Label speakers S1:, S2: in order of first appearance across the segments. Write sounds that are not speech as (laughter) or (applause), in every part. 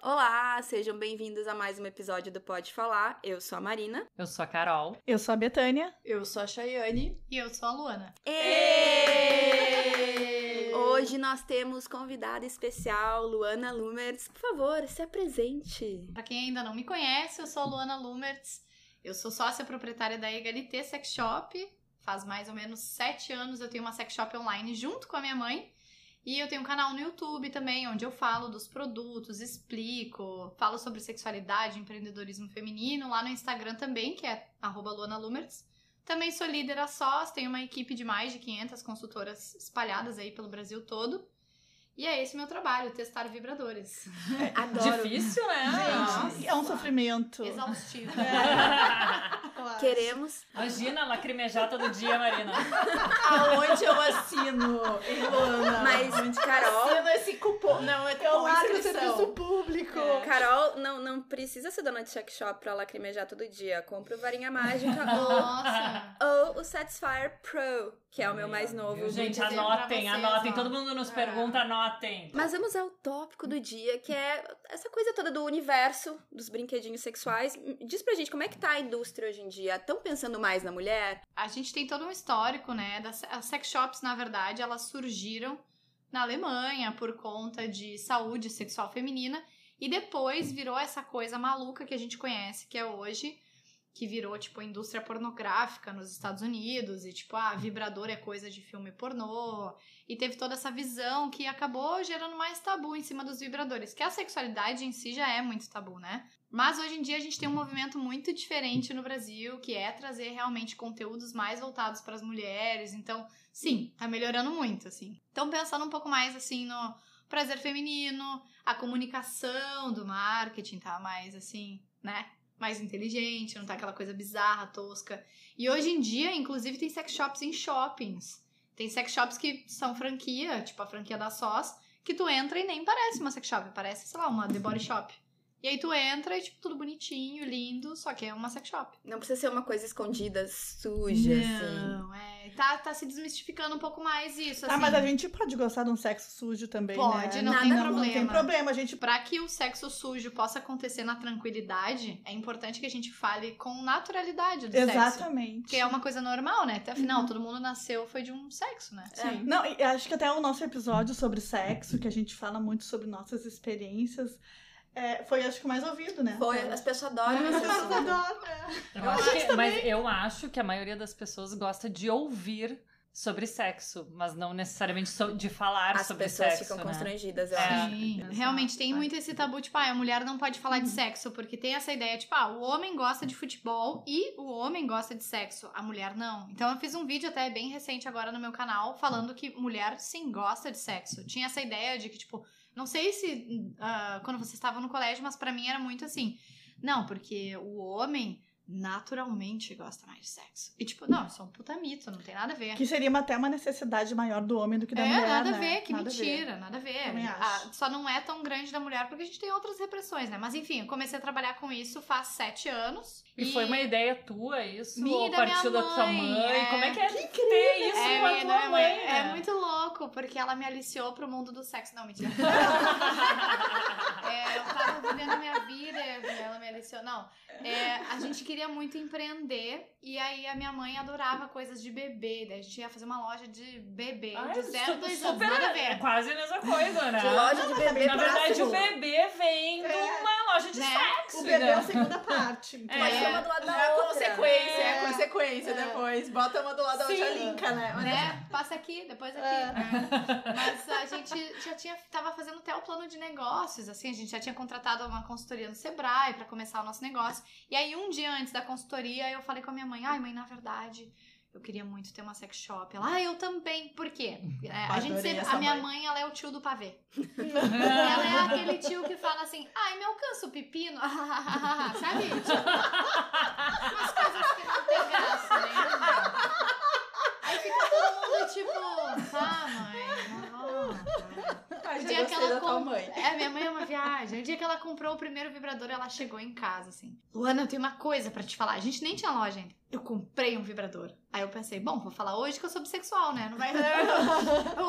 S1: Olá, sejam bem-vindos a mais um episódio do Pode Falar. Eu sou a Marina.
S2: Eu sou a Carol.
S3: Eu sou a Betânia.
S4: Eu sou a Chayane.
S5: E eu sou a Luana.
S1: Êêêê! Hoje nós temos convidada especial, Luana Lumertz. Por favor, se apresente.
S5: Para quem ainda não me conhece, eu sou a Luana Lumertz. Eu sou sócia proprietária da Egalité Sex Shop. Faz mais ou menos sete anos eu tenho uma sex shop online junto com a minha mãe. E eu tenho um canal no YouTube também, onde eu falo dos produtos, explico, falo sobre sexualidade, empreendedorismo feminino, lá no Instagram também, que é @luanalumertz. Também sou líder a sós, tenho uma equipe de mais de 500 consultoras espalhadas aí pelo Brasil todo. E é esse meu trabalho, testar vibradores.
S1: Adoro.
S2: Difícil, né?
S5: Gente.
S3: É um sofrimento.
S5: Exaustivo. Claro.
S1: Queremos.
S2: Imagina lacrimejar todo dia, Marina.
S4: Aonde eu assino, hein, Luana?
S1: Mas, Carol,
S4: Assino esse cupom. Não, é
S3: Eu
S4: teu
S3: largo o
S4: inscrição. É.
S3: serviço público.
S1: Carol não, não precisa ser dona de check shop pra lacrimejar todo dia. Compra o Varinha
S5: (laughs)
S1: Mágica ou,
S5: Nossa.
S1: ou o Satisfyer Pro, que é o meu mais
S2: Viu,
S1: novo. tá
S2: Gente,
S5: dizer pra
S2: anotem,
S5: vocês,
S2: anotem.
S5: ó.
S2: Todo mundo nos
S5: É.
S2: pergunta, anotem.
S1: Mas vamos ao tópico do dia, que é essa coisa toda do universo dos brinquedinhos sexuais. Diz pra gente como é que tá a indústria hoje em dia? Estão pensando mais na mulher?
S5: A gente tem todo um histórico, né? Das, as sex shops, na verdade, elas surgiram na Alemanha por conta de saúde sexual feminina e depois virou essa coisa maluca que a gente conhece, que é hoje, que virou tipo a indústria pornográfica nos Estados Unidos e tipo, ah, vibrador é coisa de filme pornô. E teve toda essa visão que acabou gerando mais tabu em cima dos vibradores, que a sexualidade em si já é muito tabu, né? Mas hoje em dia a gente tem um movimento muito diferente no Brasil, que é trazer realmente conteúdos mais voltados para as mulheres. Então, sim, tá melhorando muito, assim. Então, pensando um pouco mais assim no prazer feminino, a comunicação do marketing tá mais assim, né? Mais inteligente, não tá aquela coisa bizarra, tosca. E hoje em dia, inclusive, tem sex shops em shoppings. Tem sex shops que são franquia, tipo a franquia da SOS, que tu entra e nem parece uma sex shop, parece, sei lá, uma The Body Shop. E aí tu entra e, tipo, tudo bonitinho, lindo, só que é uma sex shop.
S1: Não precisa ser uma coisa escondida, suja, assim.
S5: Não, é. Tá, tá se desmistificando um pouco mais isso,
S3: Ah,
S5: assim.
S3: mas a gente pode gostar de um sexo sujo também,
S5: Pode,
S3: né?
S5: não
S1: tem
S3: Não tem
S5: problema.
S3: problema, a gente...
S5: Tipo, Pra que o sexo sujo possa acontecer na tranquilidade, é importante que a gente fale com naturalidade do sexo.
S3: Exatamente.
S5: Porque é uma coisa normal, né? Até afinal, todo mundo nasceu foi de um sexo, né?
S1: Sim.
S3: Não, e acho que até o nosso episódio sobre sexo, que a gente fala muito sobre nossas experiências, é, foi acho que o mais ouvido, né?
S1: Foi, as pessoas adoram esse
S3: Eu
S1: assunto.
S3: adoro, né?
S2: Eu acho que, mas eu acho que a maioria das pessoas gosta de ouvir sobre sexo, mas não necessariamente so- de falar
S1: As
S2: sobre
S1: pessoas
S2: sexo.
S1: ficam
S2: né?
S1: constrangidas, eu
S2: É.
S1: acho.
S5: Sim.
S2: exato. Uhum.
S5: Realmente tem muito esse tabu, tipo, ah, a mulher não pode falar de sexo, porque tem essa ideia, tipo, ah, o homem gosta de futebol e o homem gosta de sexo, a mulher não. Então eu fiz um vídeo até bem recente agora no meu canal falando que mulher sim gosta de sexo. Tinha essa ideia de que, tipo, não sei se ah, quando vocês estavam no colégio, mas pra mim era muito assim. Não, porque o homem naturalmente gosta mais de sexo. E tipo, não, isso é um puta mito, não tem nada a ver.
S3: Que seria uma- até uma necessidade maior do homem do que da
S5: É,
S3: mulher,
S5: nada a
S3: né?
S5: ver, que
S3: Nada a ver.
S5: mentira, nada a ver.
S3: Também
S5: Ah,
S3: acho.
S5: só não é tão grande da mulher porque a gente tem outras repressões, né? Mas enfim, eu comecei a trabalhar com isso faz sete anos.
S2: E foi uma ideia tua isso?
S5: Minha e
S2: ou
S5: da
S2: partiu da
S5: minha
S2: tua
S5: mãe,
S2: mãe?
S5: é.
S2: Como é que é que ter isso
S5: é,
S2: com a
S5: minha-
S2: tua mãe?
S5: minha mãe.
S2: né?
S5: É muito louco, porque ela me aliciou pro mundo do sexo.
S3: (laughs)
S5: Não, mentira. É, eu tava vivendo a minha vida, ela me aliciou. Não, é, a gente queria muito empreender e aí a minha mãe adorava coisas de bebê. Daí a gente ia fazer uma loja de bebê,
S2: Ai,
S5: de zero,
S2: su-
S5: dois anos,
S2: super,
S5: nada a
S2: é
S3: (laughs)
S5: ver.
S2: quase a mesma coisa, né?
S1: De loja de bebê
S2: Na
S1: pra
S2: verdade, o
S1: sua.
S2: bebê vem de uma loja de
S5: Né?
S2: sexo.
S3: O bebê é a
S2: né?
S3: segunda
S5: (laughs)
S3: parte. então.
S1: Mas
S5: É.
S1: uma do lado
S4: Não
S1: da
S4: é
S1: outra.
S4: consequência, é,
S3: É.
S4: consequência
S3: É.
S4: depois. Bota uma do lado da outra,
S3: Sim.
S4: linka, né? Mas-
S5: né? Passa aqui, depois aqui.
S3: É.
S5: né? Mas a gente já tinha, tava fazendo até o plano de negócios, assim, a gente já tinha contratado uma consultoria no Sebrae pra começar o nosso negócio. E aí, um dia antes da consultoria, eu falei com a minha mãe, ai, mãe, na verdade. Eu queria muito ter uma sex shop. Ela, ah, eu também. Por quê? É, a
S4: Adorei
S5: gente sempre,
S4: essa
S5: a minha
S4: mãe.
S5: mãe, ela é o tio do pavê. Ela é aquele tio que fala assim, ai, me alcança o pepino. (laughs) Sabe? Tipo, umas coisas que não tem graça, né? Aí fica todo mundo tipo, tá, mãe, não.
S4: Ai, já
S5: O Um dia que
S4: gostei
S5: ela
S4: da tua
S5: com-
S4: mãe.
S5: É, minha mãe é uma viagem. O dia que ela comprou o primeiro vibrador, ela chegou em casa, assim. Luana, eu tenho uma coisa pra te falar. A gente nem tinha loja ainda. eu comprei um vibrador. Aí eu pensei, bom, vou falar hoje que eu sou bissexual, né? Não
S2: (laughs)
S5: vai.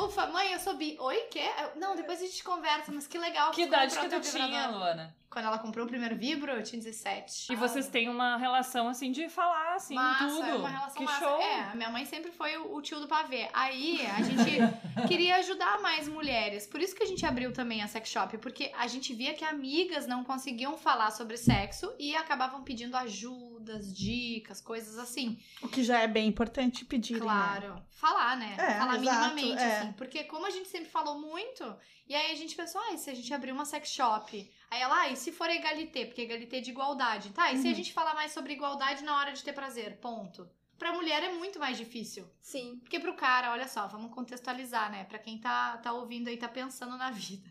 S5: Ufa, mãe, eu sou bi. Oi, quê? Eu, não, depois a gente conversa, mas que legal.
S2: Que
S5: tu
S2: idade que
S5: comprou
S2: tu
S5: teu
S2: tinha,
S5: vibrador.
S2: Luana?
S5: Quando ela comprou o primeiro vibro, eu tinha 17.
S2: E vocês têm uma relação, assim, de falar, assim,
S5: massa,
S2: tudo.
S5: é uma relação
S2: que
S5: massa.
S2: show.
S5: É, a minha mãe sempre foi o, o tio do pavê. Aí a
S2: (laughs)
S5: gente queria ajudar mais mulheres. Por isso que a gente abriu também a sex shop, porque a gente via que amigas não conseguiam falar sobre sexo e acabavam pedindo ajudas, dicas, coisas assim.
S3: O que já é bem importante pedir.
S5: Claro. Falar, né?
S3: né? É,
S5: falar
S3: exato,
S5: minimamente,
S3: é.
S5: assim. Porque como a gente sempre falou muito, e aí a gente pensou, ah, e se a gente abrir uma sex shop? Aí ela, ah, e se for egalité? Porque egalité é de igualdade. Tá, e se a
S3: Uhum.
S5: gente falar mais sobre igualdade na hora de ter prazer? Ponto. Pra mulher é muito mais difícil.
S1: Sim.
S5: Porque pro cara, olha só, vamos contextualizar, né? Pra quem tá, tá ouvindo aí, tá pensando
S3: (laughs)
S5: na vida.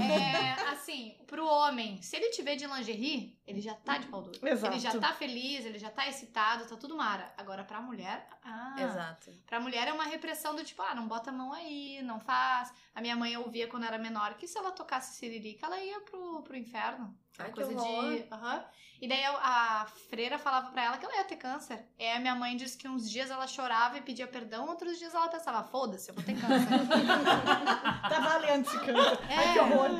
S5: é, assim, pro homem, se ele te vê de lingerie, ele já tá de pau duro.
S3: Exato.
S5: Ele já tá feliz, ele já tá excitado, tá tudo mara. Agora, pra mulher, ah,
S4: Exato.
S5: Pra mulher é uma repressão do tipo, ah, não bota a mão aí, não faz. A minha mãe ouvia quando era menor que se ela tocasse siririca, ela ia pro, pro inferno. Aquela
S1: Ai, que horror.
S5: aham. E daí a, a freira falava pra ela que ela ia ter câncer. E a minha mãe disse que uns dias ela chorava e pedia perdão, outros dias ela pensava, foda-se, eu vou ter câncer.
S3: Né? Tá valendo esse
S5: (laughs)
S3: canto. Ai, que
S5: É.
S3: horror.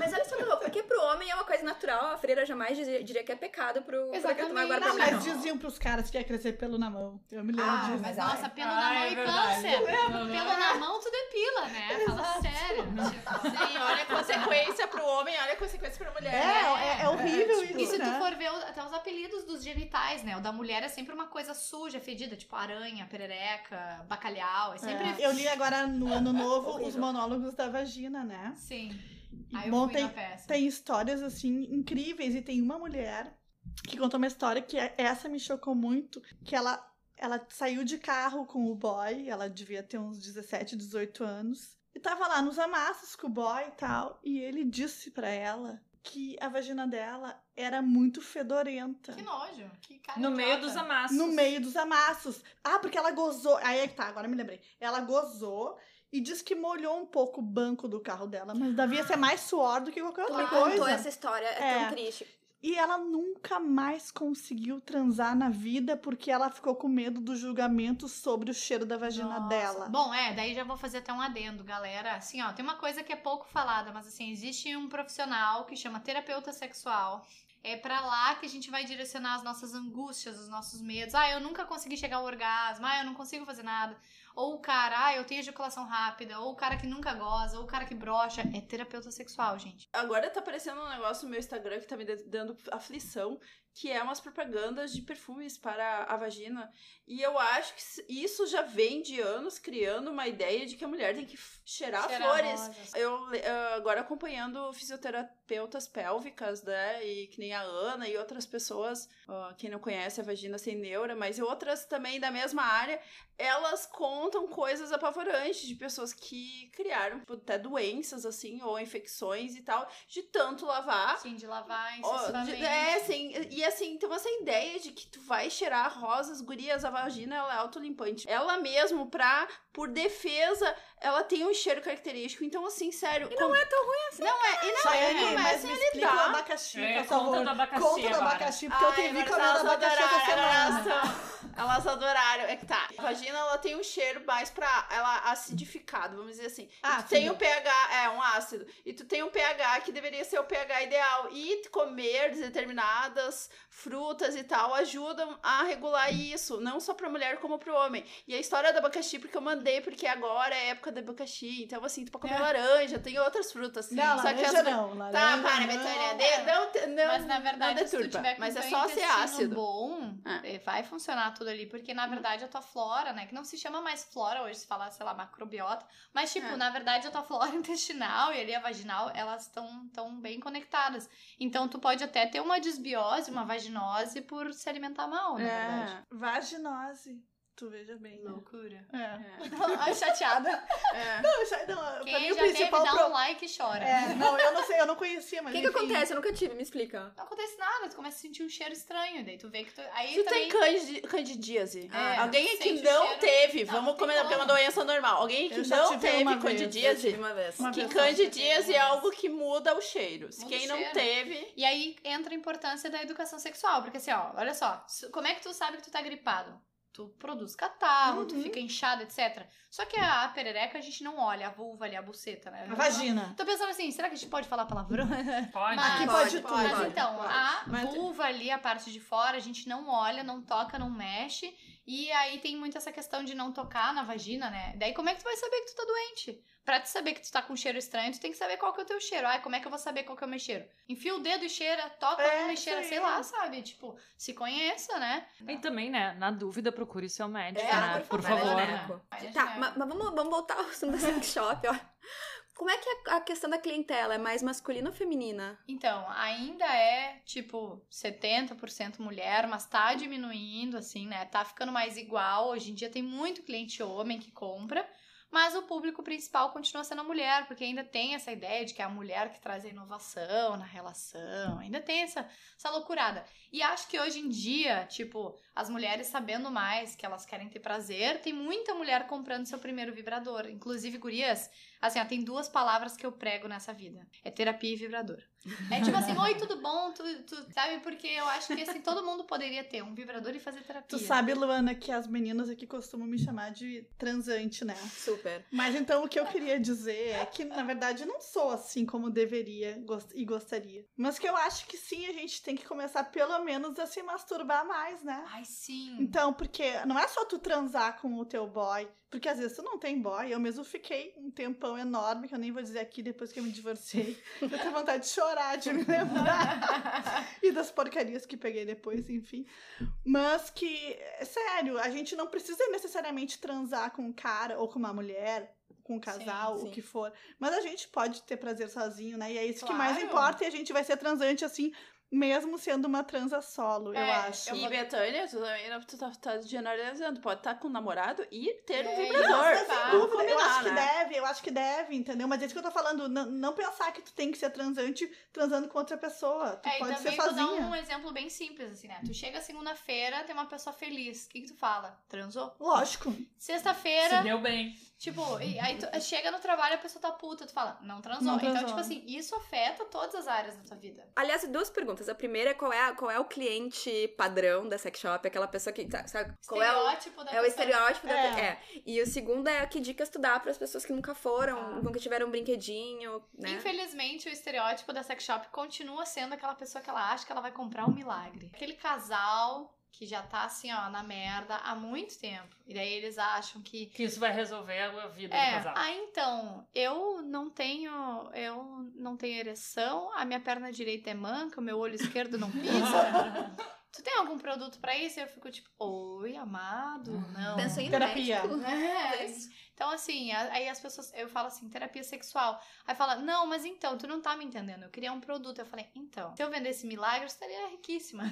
S1: Mas olha só que louco, porque pro homem é uma coisa natural, a freira jamais dizia- diria que é pecado pro pra que tomar
S5: Exatamente.
S1: agora pra
S3: Não,
S1: mulher.
S3: mas diziam pros caras que ia crescer pelo na mão. Eu me lembro
S5: Ah,
S3: disso.
S5: mas
S4: ai.
S5: nossa, pelo na
S2: Ai,
S5: mão
S2: é
S5: e
S2: verdade.
S5: câncer.
S2: Não, não.
S5: Pelo na mão tu depila, né? Fala sério. Tipo,
S4: Sim, olha a consequência pro homem, olha a consequência pra mulher.
S3: É, é, é horrível
S5: E
S3: isso,
S5: se tipo, tu
S3: né?
S5: for ver o- até os apelidos dos genitais, né? O da mulher é sempre uma coisa suja, fedida, tipo aranha, perereca, bacalhau. É sempre.
S3: É. Eu li agora no
S5: (laughs)
S3: ano novo os
S1: Horrível.
S3: monólogos da vagina, né?
S5: Sim.
S3: E,
S5: assim. Aí eu
S3: bom,
S5: fui
S3: tem,
S5: na peça.
S3: tem histórias assim incríveis e tem uma mulher que contou uma história que é- essa me chocou muito, que ela ela saiu de carro com o boy, ela devia ter uns 17, 18 anos, e tava lá nos amassos com o boy e tal, e ele disse pra ela que a vagina dela era muito fedorenta.
S5: Que nojo. Que cara
S2: No
S5: idiota.
S2: meio dos amassos.
S3: No meio dos amassos. Ah, porque ela gozou. Aí é que tá, agora me lembrei. Ela gozou e disse que molhou um pouco o banco do carro dela, mas devia ser mais suor do que qualquer
S1: Tu me
S3: outra
S1: contou
S3: coisa.
S1: essa história, é,
S3: É.
S1: tão triste.
S3: E ela nunca mais conseguiu transar na vida porque ela ficou com medo do julgamento sobre o cheiro da vagina
S5: Nossa.
S3: dela.
S5: Bom, é, daí já vou fazer até um adendo, galera. Assim, ó, tem uma coisa que é pouco falada, mas assim, existe um profissional que chama terapeuta sexual. É pra lá que a gente vai direcionar as nossas angústias, os nossos medos. Ah, eu nunca consegui chegar ao orgasmo. Ah, eu não consigo fazer nada. Ou o cara, ah, eu tenho ejaculação rápida. Ou o cara que nunca goza. Ou o cara que brocha. É terapeuta sexual, gente.
S4: Agora tá aparecendo um negócio no meu Instagram que tá me de- dando aflição, que é umas propagandas de perfumes para a vagina. E eu acho que s- isso já vem de anos criando uma ideia de que a mulher tem que f- cheirar,
S5: Cheirar
S4: flores.
S5: rosas.
S4: Eu le- ah, agora acompanhando fisioterapeutas pélvicas, né? E que nem a Ana e outras pessoas, ah, quem não conhece a vagina sem neura, mas outras também da mesma área, elas contam coisas apavorantes de pessoas que criaram tipo, até doenças, assim, ou infecções e tal, de tanto lavar.
S5: Sim, de lavar
S4: Ó, de-
S5: incessivamente.
S4: é, sim. E assim, então essa ideia de que tu vai cheirar rosas, gurias, a vagina, ela é autolimpante. Ela mesmo, pra, por defesa, ela tem um cheiro característico. Então, assim, sério. E não é tão ruim assim. Não é, e não é,
S3: Chayane, mas
S4: começa
S3: me
S4: a
S3: explica o
S4: lidar.
S3: abacaxi,
S2: É,
S3: por favor.
S2: conta do abacaxi
S3: Conta do
S2: agora.
S3: abacaxi, porque eu
S4: Ai,
S3: te vi
S4: mas
S3: comendo
S4: elas
S3: abacaxi essa
S4: adoraram,
S3: semana.
S4: Elas, são- elas adoraram. É que tá. A vagina, ela tem um cheiro mais pra ela acidificado, vamos dizer assim. E tu
S3: Ácido.
S4: tem o pH, é, um ácido. E tu tem um pH que deveria ser o pH ideal. E comer determinadas frutas e tal ajudam a regular isso. Não só pra mulher, como pro homem. E a história do abacaxi, porque eu mandei, porque agora é época do abacaxi. Então, assim, tu pode comer
S3: É.
S4: laranja, tem outras frutas.
S3: Não,
S4: só que
S3: laranja
S4: as...
S3: não.
S4: Tá,
S3: laranja
S4: para,
S3: não. é.
S4: Betânia. de- Não, te- não,
S5: mas na verdade,
S4: não
S5: se tu
S4: deturpa.
S5: tiver com
S4: Então, Mas
S5: teu
S4: é só ser
S5: intestino
S4: ácido.
S5: bom,
S4: É.
S5: eh, vai funcionar tudo ali, porque na verdade a tua flora, né, que não se chama mais flora hoje, se falar, sei lá, macrobiota, mas tipo,
S4: É.
S5: na verdade a tua flora (laughs) intestinal e ali a vaginal, elas estão tão bem conectadas. Então tu pode até ter
S3: É.
S4: É.
S5: uma desbiose, uma vaginose por se alimentar mal, na verdade.
S3: Vaginose. Tu veja bem. né?
S5: Loucura.
S3: É.
S4: (laughs) Ai, chateada. É.
S3: Não, isso aí não, pra
S5: Quem
S3: mim o
S5: já teve,
S3: principal
S5: dá um
S3: problema.
S5: like e chora.
S3: É, não, eu não sei, eu não conhecia,
S1: O
S3: mas.
S1: que, que
S3: enfim.
S1: acontece? Eu nunca tive, me explica.
S5: Não acontece nada, tu começa a sentir um cheiro estranho, daí tu vê que tu... Aí
S4: Se
S5: também...
S4: tem candi- candidíase,
S5: É,
S4: Ah, alguém que
S5: sente o
S4: não
S5: cheiro.
S4: teve,
S5: Não,
S4: vamos
S5: não tem
S4: comentar, porque é uma
S5: como.
S4: doença normal. Alguém que
S3: Eu já
S4: não
S3: tive uma
S4: teve
S3: vez,
S1: Eu
S4: candidíase,
S1: tive uma vez.
S3: Uma
S4: que
S3: vez só.
S4: candidíase
S5: teve
S4: é
S5: uma
S4: algo que muda os cheiros.
S5: Muda o
S4: Quem não
S5: cheiro.
S4: teve,
S5: E aí entra a importância da educação sexual, porque assim, ó, olha só, se- como é que tu sabe que tu tá gripado? Tu produz catarro, tu fica inchado, etc. Só que a perereca a gente não olha, a vulva ali, a buceta, né?
S3: A vagina.
S5: Tô pensando assim, será que a gente pode falar palavrão?
S2: Pode.
S5: Mas-
S3: Aqui
S1: Pode,
S3: pode, tudo.
S1: pode,
S5: Mas então,
S3: pode.
S5: a
S3: Mas- é
S5: vulva ali, a parte de fora, a gente não olha, não toca, não mexe. E aí tem muito essa questão de não tocar na vagina, né? Daí como é que tu vai saber que tu tá doente? Pra te saber que tu tá com cheiro estranho, tu tem que saber qual que é o teu cheiro. Ai, como é que eu vou saber qual que é o meu cheiro? Enfia o dedo e cheira, toca
S3: É,
S5: uma e cheira,
S3: isso
S5: sei
S3: aí.
S5: lá, sabe? Tipo, se conheça, né?
S2: E também, né? Na dúvida, procure seu médico,
S4: É,
S2: né? Por
S1: Vai,
S2: favor.
S1: né?
S2: né?
S5: Vai,
S1: Tá,
S5: né?
S1: mas, mas vamos, vamos voltar ao
S5: (laughs)
S1: assunto da sex shop, ó. Como é que é a questão da clientela? É mais masculina ou feminina?
S5: Então, ainda é tipo 70% mulher, mas tá diminuindo, assim, né? Tá ficando mais igual. Hoje em dia tem muito cliente homem que compra, mas o público principal continua sendo a mulher, porque ainda tem essa ideia de que é a mulher que traz a inovação na relação, ainda tem essa, essa loucurada. E acho que hoje em dia, tipo, as mulheres sabendo mais que elas querem ter prazer, tem muita mulher comprando seu primeiro vibrador. Inclusive, gurias, assim, ó, tem duas palavras que eu prego nessa vida: é terapia e vibrador. É tipo assim, oi, tudo bom? Tu, tu- sabe? Porque eu acho que assim, todo mundo poderia ter um vibrador e fazer terapia.
S3: Tu
S5: (laughs)
S3: sabe, Luana, que as meninas aqui costumam me chamar de transante, né?
S1: Super.
S3: Mas então o que eu queria dizer é que, na verdade, eu não sou assim como deveria gos- e gostaria. Mas que eu acho que sim, a gente tem que começar pelo menos a se masturbar mais, né?
S5: Ai, sim.
S3: Então, porque não é só tu transar com o teu boy, porque às vezes tu não tem boy. Eu mesmo fiquei um tempão enorme, que eu nem vou dizer aqui depois que eu me divorciei. (laughs) Eu tenho vontade de chorar, de me lembrar. e das porcarias que peguei depois, enfim. Mas que, é sério, a gente não precisa necessariamente transar com um cara ou com uma mulher. Com um casal,
S1: sim.
S3: o que for. Mas a gente pode ter prazer sozinho, né? E é isso que mais
S5: Claro.
S3: importa. E a gente vai ser transante assim, mesmo sendo uma transa solo, eu
S5: É,
S3: acho.
S5: eu
S4: e
S5: vou-
S4: Betânia, tu, também- tu tá, tá generalizando, pode estar com um namorado e ter um
S5: É,
S4: vibrador.
S5: isso, tá.
S4: Vamos
S3: dúvida, eu
S4: combinar,
S3: acho que
S4: né?
S3: deve, eu acho que deve, entendeu? Mas é isso que eu tô falando, n- não, pensar que tu tem que ser transante transando com outra pessoa. Tu
S5: É, e
S3: pode ser
S5: também vou dar
S3: sozinha.
S5: um exemplo bem simples, assim, né? Tu chega segunda-feira, tem uma pessoa feliz. O que, que tu fala? Transou?
S3: Lógico.
S2: Se
S5: Sexta-feira,
S2: deu bem.
S5: tipo, e aí tu chega no trabalho, a pessoa tá puta, tu fala, não transou.
S3: Não
S5: Então,
S3: transou.
S5: tipo assim, isso afeta todas as áreas da tua vida.
S1: Aliás, duas perguntas. A primeira é qual é, a- qual é o cliente padrão da sex shop? Aquela pessoa que. Sabe, sabe qual é o.
S5: Estereótipo da
S1: É o
S5: pessoa.
S1: estereótipo da.
S4: né?
S3: É.
S1: É. E o segundo é que dicas tu dá pras pessoas que nunca foram,
S4: Tá.
S5: Ah.
S1: nunca tiveram um brinquedinho, né?
S5: Infelizmente, o estereótipo da sex shop continua sendo aquela pessoa que ela acha que ela vai comprar um milagre. Aquele casal que já tá assim, ó, na merda há muito tempo. E daí eles acham que.
S2: Que isso vai resolver a vida do
S5: É,
S2: casal.
S5: ah, então, eu não tenho. Eu não tenho ereção, a minha perna direita é manca, o meu olho esquerdo não pisa. tu tem algum produto pra isso? Eu fico tipo, oi, amado, não.
S1: Pensou em
S3: Terapia.
S1: médico.
S5: É,
S1: Isso.
S5: então, assim, a- aí as pessoas, eu falo assim, terapia sexual. Aí fala, não, mas então, tu não tá me entendendo, eu queria um produto. Eu falei, então, se eu vendesse milagre, eu estaria riquíssima.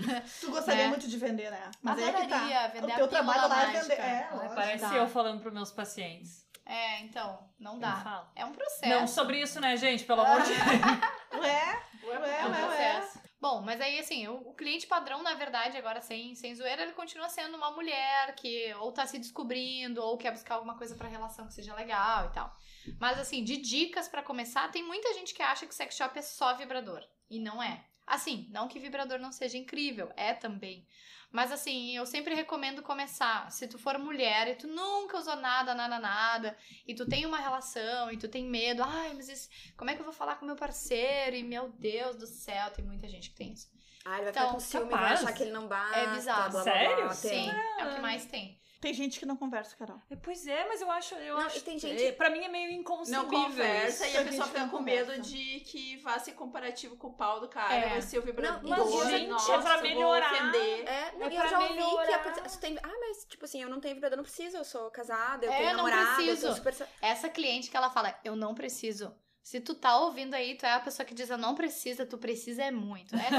S3: Tu gostaria
S5: Né?
S3: muito de vender, né? Mas aí é que tá.
S5: Adoraria vender
S3: O
S5: a
S3: teu
S5: pílula
S3: trabalho lá é
S5: mágica.
S3: vender. É,
S5: Ai,
S3: lógico.
S2: (laughs) Parece
S5: dá.
S2: eu falando pros meus pacientes.
S5: É, então, não
S2: Eu
S5: dá.
S2: falo.
S5: É um processo.
S2: Não sobre isso, né, gente? Pelo amor de Deus.
S3: Ué, ué,
S5: É um
S3: ué, ué.
S5: processo. Bom, mas aí assim, o, o cliente padrão, na verdade, agora sem, sem zoeira, ele continua sendo uma mulher que ou tá se descobrindo, ou quer buscar alguma coisa pra relação que seja legal e tal. Mas assim, de dicas pra começar, tem muita gente que acha que sex shop é só vibrador. E não é. Assim, não que vibrador não seja incrível, é também. Mas assim, eu sempre recomendo começar. Se tu for mulher e tu nunca usou nada, nada, nada, e tu tem uma relação e tu tem medo, ai, mas isso, como é que eu vou falar com meu parceiro? E meu Deus do céu, tem muita gente que tem isso.
S1: Ah, ele vai
S5: Então,
S1: ficar com ciúme, vai
S2: capaz.
S1: achar que ele não bate.
S5: É bizarro.
S1: Blá, blá,
S2: Sério?
S1: Blá, tem.
S5: Sim, é o que mais tem.
S3: Tem gente que não conversa, Carol.
S2: É, Pois é, mas eu acho. Eu
S1: Não,
S2: acho
S1: e tem gente-
S2: é, Pra mim é meio inconcebível.
S4: Não conversa
S2: isso.
S4: e a pessoa
S3: A gente não
S4: fica com
S3: conversa.
S4: medo de que faça comparativo com o pau do cara,
S5: É.
S4: vai ser o vibrador,
S1: Não, mas,
S4: nossa,
S2: gente, é pra
S4: vou
S2: melhorar.
S4: ofender.
S1: É, não,
S2: É
S1: e
S2: pra
S1: eu já ouvi que
S2: melhorar.
S1: a pessoa- você tem- Ah, mas tipo assim, eu não tenho vibrador, não preciso, eu sou casada, eu
S5: É,
S1: tenho
S5: não
S1: namorado, eu
S5: preciso.
S1: sou super.
S5: Essa cliente que ela fala, eu não preciso. Se tu tá ouvindo aí, tu é a pessoa que diz, eu não precisa, tu precisa é muito. É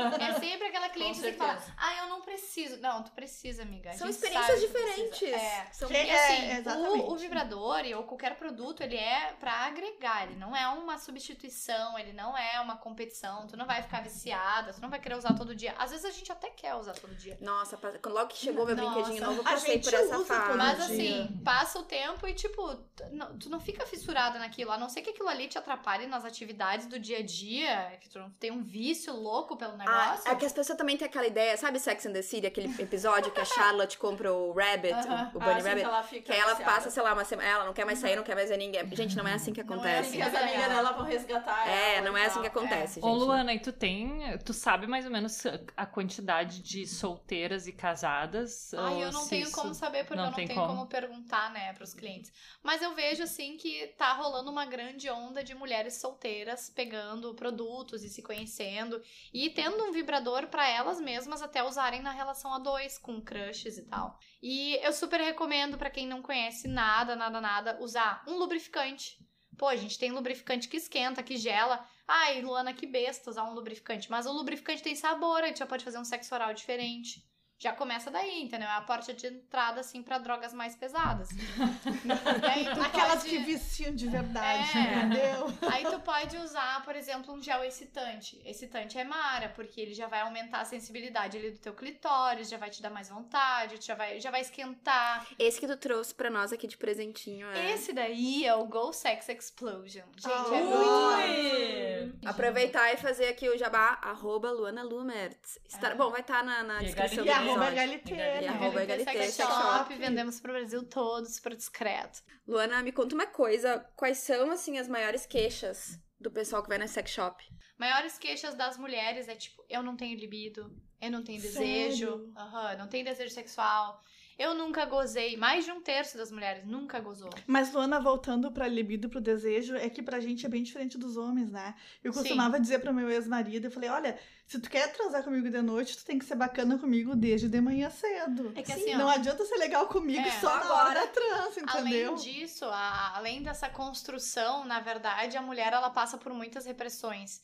S5: sempre, é sempre aquela cliente que fala, ah, eu não preciso. Não, tu precisa, amiga. A
S1: São
S5: gente
S1: experiências
S5: sabe que precisa.
S1: diferentes.
S5: É.
S1: São
S3: Que-
S5: E assim,
S3: É, exatamente.
S5: o, o vibrador e- ou qualquer produto, ele é pra agregar, ele não é uma substituição, ele não é uma competição, tu não vai ficar viciada, tu não vai querer usar todo dia. Às vezes a gente até quer usar todo dia.
S1: Nossa, pa- quando- logo que chegou meu
S5: Nossa.
S1: brinquedinho novo, eu
S3: A
S1: passei
S3: gente
S1: por essa
S3: usa
S1: fase.
S3: todo
S5: Mas
S3: dia.
S5: assim, passa o tempo e, tipo, tu não, tu não fica fissurada naquilo. A não ser que aquilo ali te atrapalhe nas atividades do dia a dia, que tu não tem um vício louco pelo
S1: Ah,
S5: negócio.
S1: é que as pessoas também têm aquela ideia, sabe Sex and the City, aquele episódio que a Charlotte compra o Rabbit,
S5: Aham. Ah, então.
S1: o, o Bunny
S4: assim que
S1: Rabbit?
S4: ela fica
S1: Que aí ela
S4: viciada.
S1: passa, sei lá, uma semana. Ela não quer mais sair, não quer mais ver ninguém. Gente, não é assim que
S5: Não é
S1: acontece.
S4: Assim que as amigas
S5: Ela-
S4: dela vão resgatar
S1: É,
S4: ela
S1: não
S4: e
S1: é assim
S4: tal.
S1: que acontece, gente.
S2: Ô Luana, e tu tem, tu sabe mais ou menos a quantidade de solteiras e casadas?
S5: Ai,
S2: Ou
S5: eu não
S2: se
S5: tenho
S2: isso-
S5: como saber porque
S2: não
S5: eu não
S2: tem
S5: tenho como.
S2: como.
S5: perguntar, né, pros clientes. Mas eu vejo, assim, que tá rolando uma grande onda de mulheres solteiras pegando produtos e se conhecendo e tendo um vibrador pra elas mesmas até usarem na relação a dois, com crushes e tal. E eu super recomendo pra quem não conhece nada, nada, nada, usar um lubrificante. Pô, a gente tem lubrificante que esquenta, que gela. Ai, Luana, que besta usar um lubrificante. Mas o lubrificante tem sabor, a gente já pode fazer um sexo oral diferente. Já começa daí, entendeu? É a porta de entrada, assim, pra drogas mais
S3: (laughs)
S5: pesadas. E aí, tu
S3: Aquelas
S5: Então, pode-
S3: que viciam de verdade,
S5: É.
S3: entendeu?
S5: Aí tu pode usar, por exemplo, um gel excitante. Excitante é mara, porque ele já vai aumentar a sensibilidade ali do teu clitóris, já vai te dar mais vontade, já vai, já vai esquentar.
S1: Esse que tu trouxe pra nós aqui de presentinho é.
S5: Esse daí é o Go Sex Explosion. Gente, é
S3: Ah, Ui!
S5: muito...
S1: Aproveitar e fazer aqui o jabá, arroba Luana Lumertz. Está-
S2: É.
S1: Bom, vai estar na, na
S2: E
S1: descrição do
S3: E arroba
S1: episódio.
S3: HLT,
S2: E
S3: né?
S1: arroba
S5: LT
S1: HLT,
S5: É, Sex
S1: sex
S5: Shop,
S3: shop.
S5: vendemos pro Brasil todo, super discreto.
S1: Luana, me conta uma coisa. Quais são, assim, as maiores queixas do pessoal que vai na sex shop?
S5: Maiores queixas das mulheres é tipo, eu não tenho libido, eu não tenho desejo,
S3: Sério?
S5: aham, não tenho desejo sexual, eu nunca gozei. Mais de um terço das mulheres nunca gozou.
S3: Mas, Luana, voltando pra libido, e pro desejo, é que pra gente é bem diferente dos homens, né? Eu
S5: Sim.
S3: costumava dizer pro meu ex-marido, eu falei, olha, se tu quer transar comigo de noite, tu tem que ser bacana comigo desde de manhã cedo.
S5: É que assim, ó,
S3: Não adianta ser legal comigo
S5: É,
S3: só na
S4: agora.
S3: hora da trança, (laughs) entendeu?
S5: Além disso, a- além dessa construção, na verdade, a mulher ela passa por muitas repressões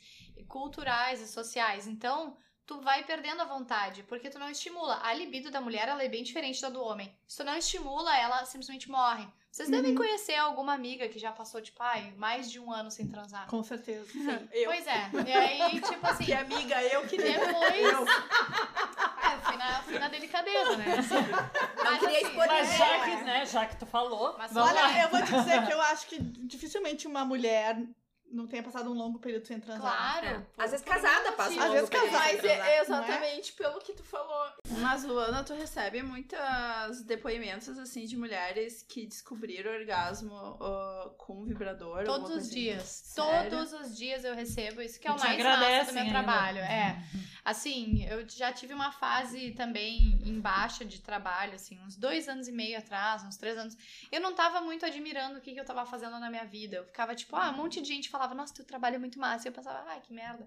S5: culturais e sociais. Então, tu vai perdendo a vontade, porque tu não estimula. A libido da mulher ela é bem diferente da do homem. Se tu não estimula, ela simplesmente morre. Vocês devem
S3: Uhum.
S5: conhecer alguma amiga que já passou, tipo, ai, mais de um ano sem transar.
S3: Com certeza.
S4: Eu.
S5: Pois é. E aí, tipo assim,
S4: Que amiga, eu que nem
S5: depois. Ah, eu fui na, fui na delicadeza, né? Mas,
S1: queria
S5: assim,
S1: expor
S2: Mas
S1: É.
S2: já que, né, já que tu falou,
S5: Mas
S2: vamos
S3: Olha,
S2: lá.
S3: eu vou te dizer que eu acho que dificilmente uma mulher não tenha passado um longo período sem transar.
S5: Claro.
S1: É.
S5: por-
S1: Às vezes
S5: por mil
S1: casada passa um
S5: motivos.
S3: Às vezes
S1: longo período sem
S4: Mas
S3: tá
S1: transar.
S4: é exatamente pelo que tu falou. Mas, Luana, tu recebe muitos depoimentos, assim, de mulheres que descobriram orgasmo ah, com vibrador.
S5: Todos
S4: alguma
S5: os
S4: coisa assim.
S5: dias.
S4: Sério?
S5: Todos os dias eu recebo. Isso que é
S2: E
S5: o
S2: te
S5: mais massa do
S2: agradecem
S5: meu
S2: ainda. Uhum.
S5: trabalho. É. Assim, eu já tive uma fase também em baixa de trabalho, assim, uns dois anos e meio atrás, uns três anos. Eu não tava muito admirando o que, que eu tava fazendo na minha vida. Eu ficava tipo, ah, um monte de gente falava, nossa, teu trabalho é muito massa. E eu pensava, ai, que merda.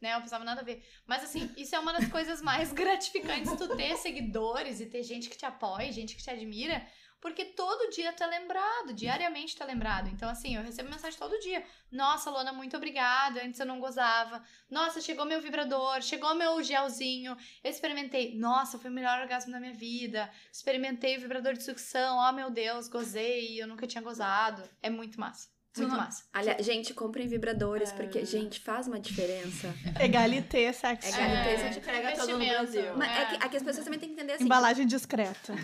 S5: Né? Eu pensava nada a ver. Mas assim, isso é uma das coisas mais (laughs) gratificantes, tu ter seguidores e ter gente que te apoia, gente que te admira. Porque todo dia tu é lembrado, diariamente tu é lembrado. Então, assim, eu recebo mensagem todo dia. Nossa, Lona, muito obrigada. Antes eu não gozava. Nossa, chegou meu vibrador, chegou meu gelzinho. Eu experimentei. Nossa, foi o melhor orgasmo da minha vida. Experimentei o vibrador de sucção. Oh, meu Deus, gozei. Eu nunca tinha gozado. É muito massa.
S4: Tu
S5: Muito
S4: não-
S5: massa.
S1: Aliás, gente, comprem vibradores, porque, gente, faz uma diferença.
S3: Egalité, sexo.
S1: É HLT,
S4: a
S1: É.
S4: gente pega todo no
S5: Investimento.
S4: Brasil.
S1: Mas é
S5: É.
S1: que, é que as pessoas também têm que entender assim.
S3: Embalagem discreta.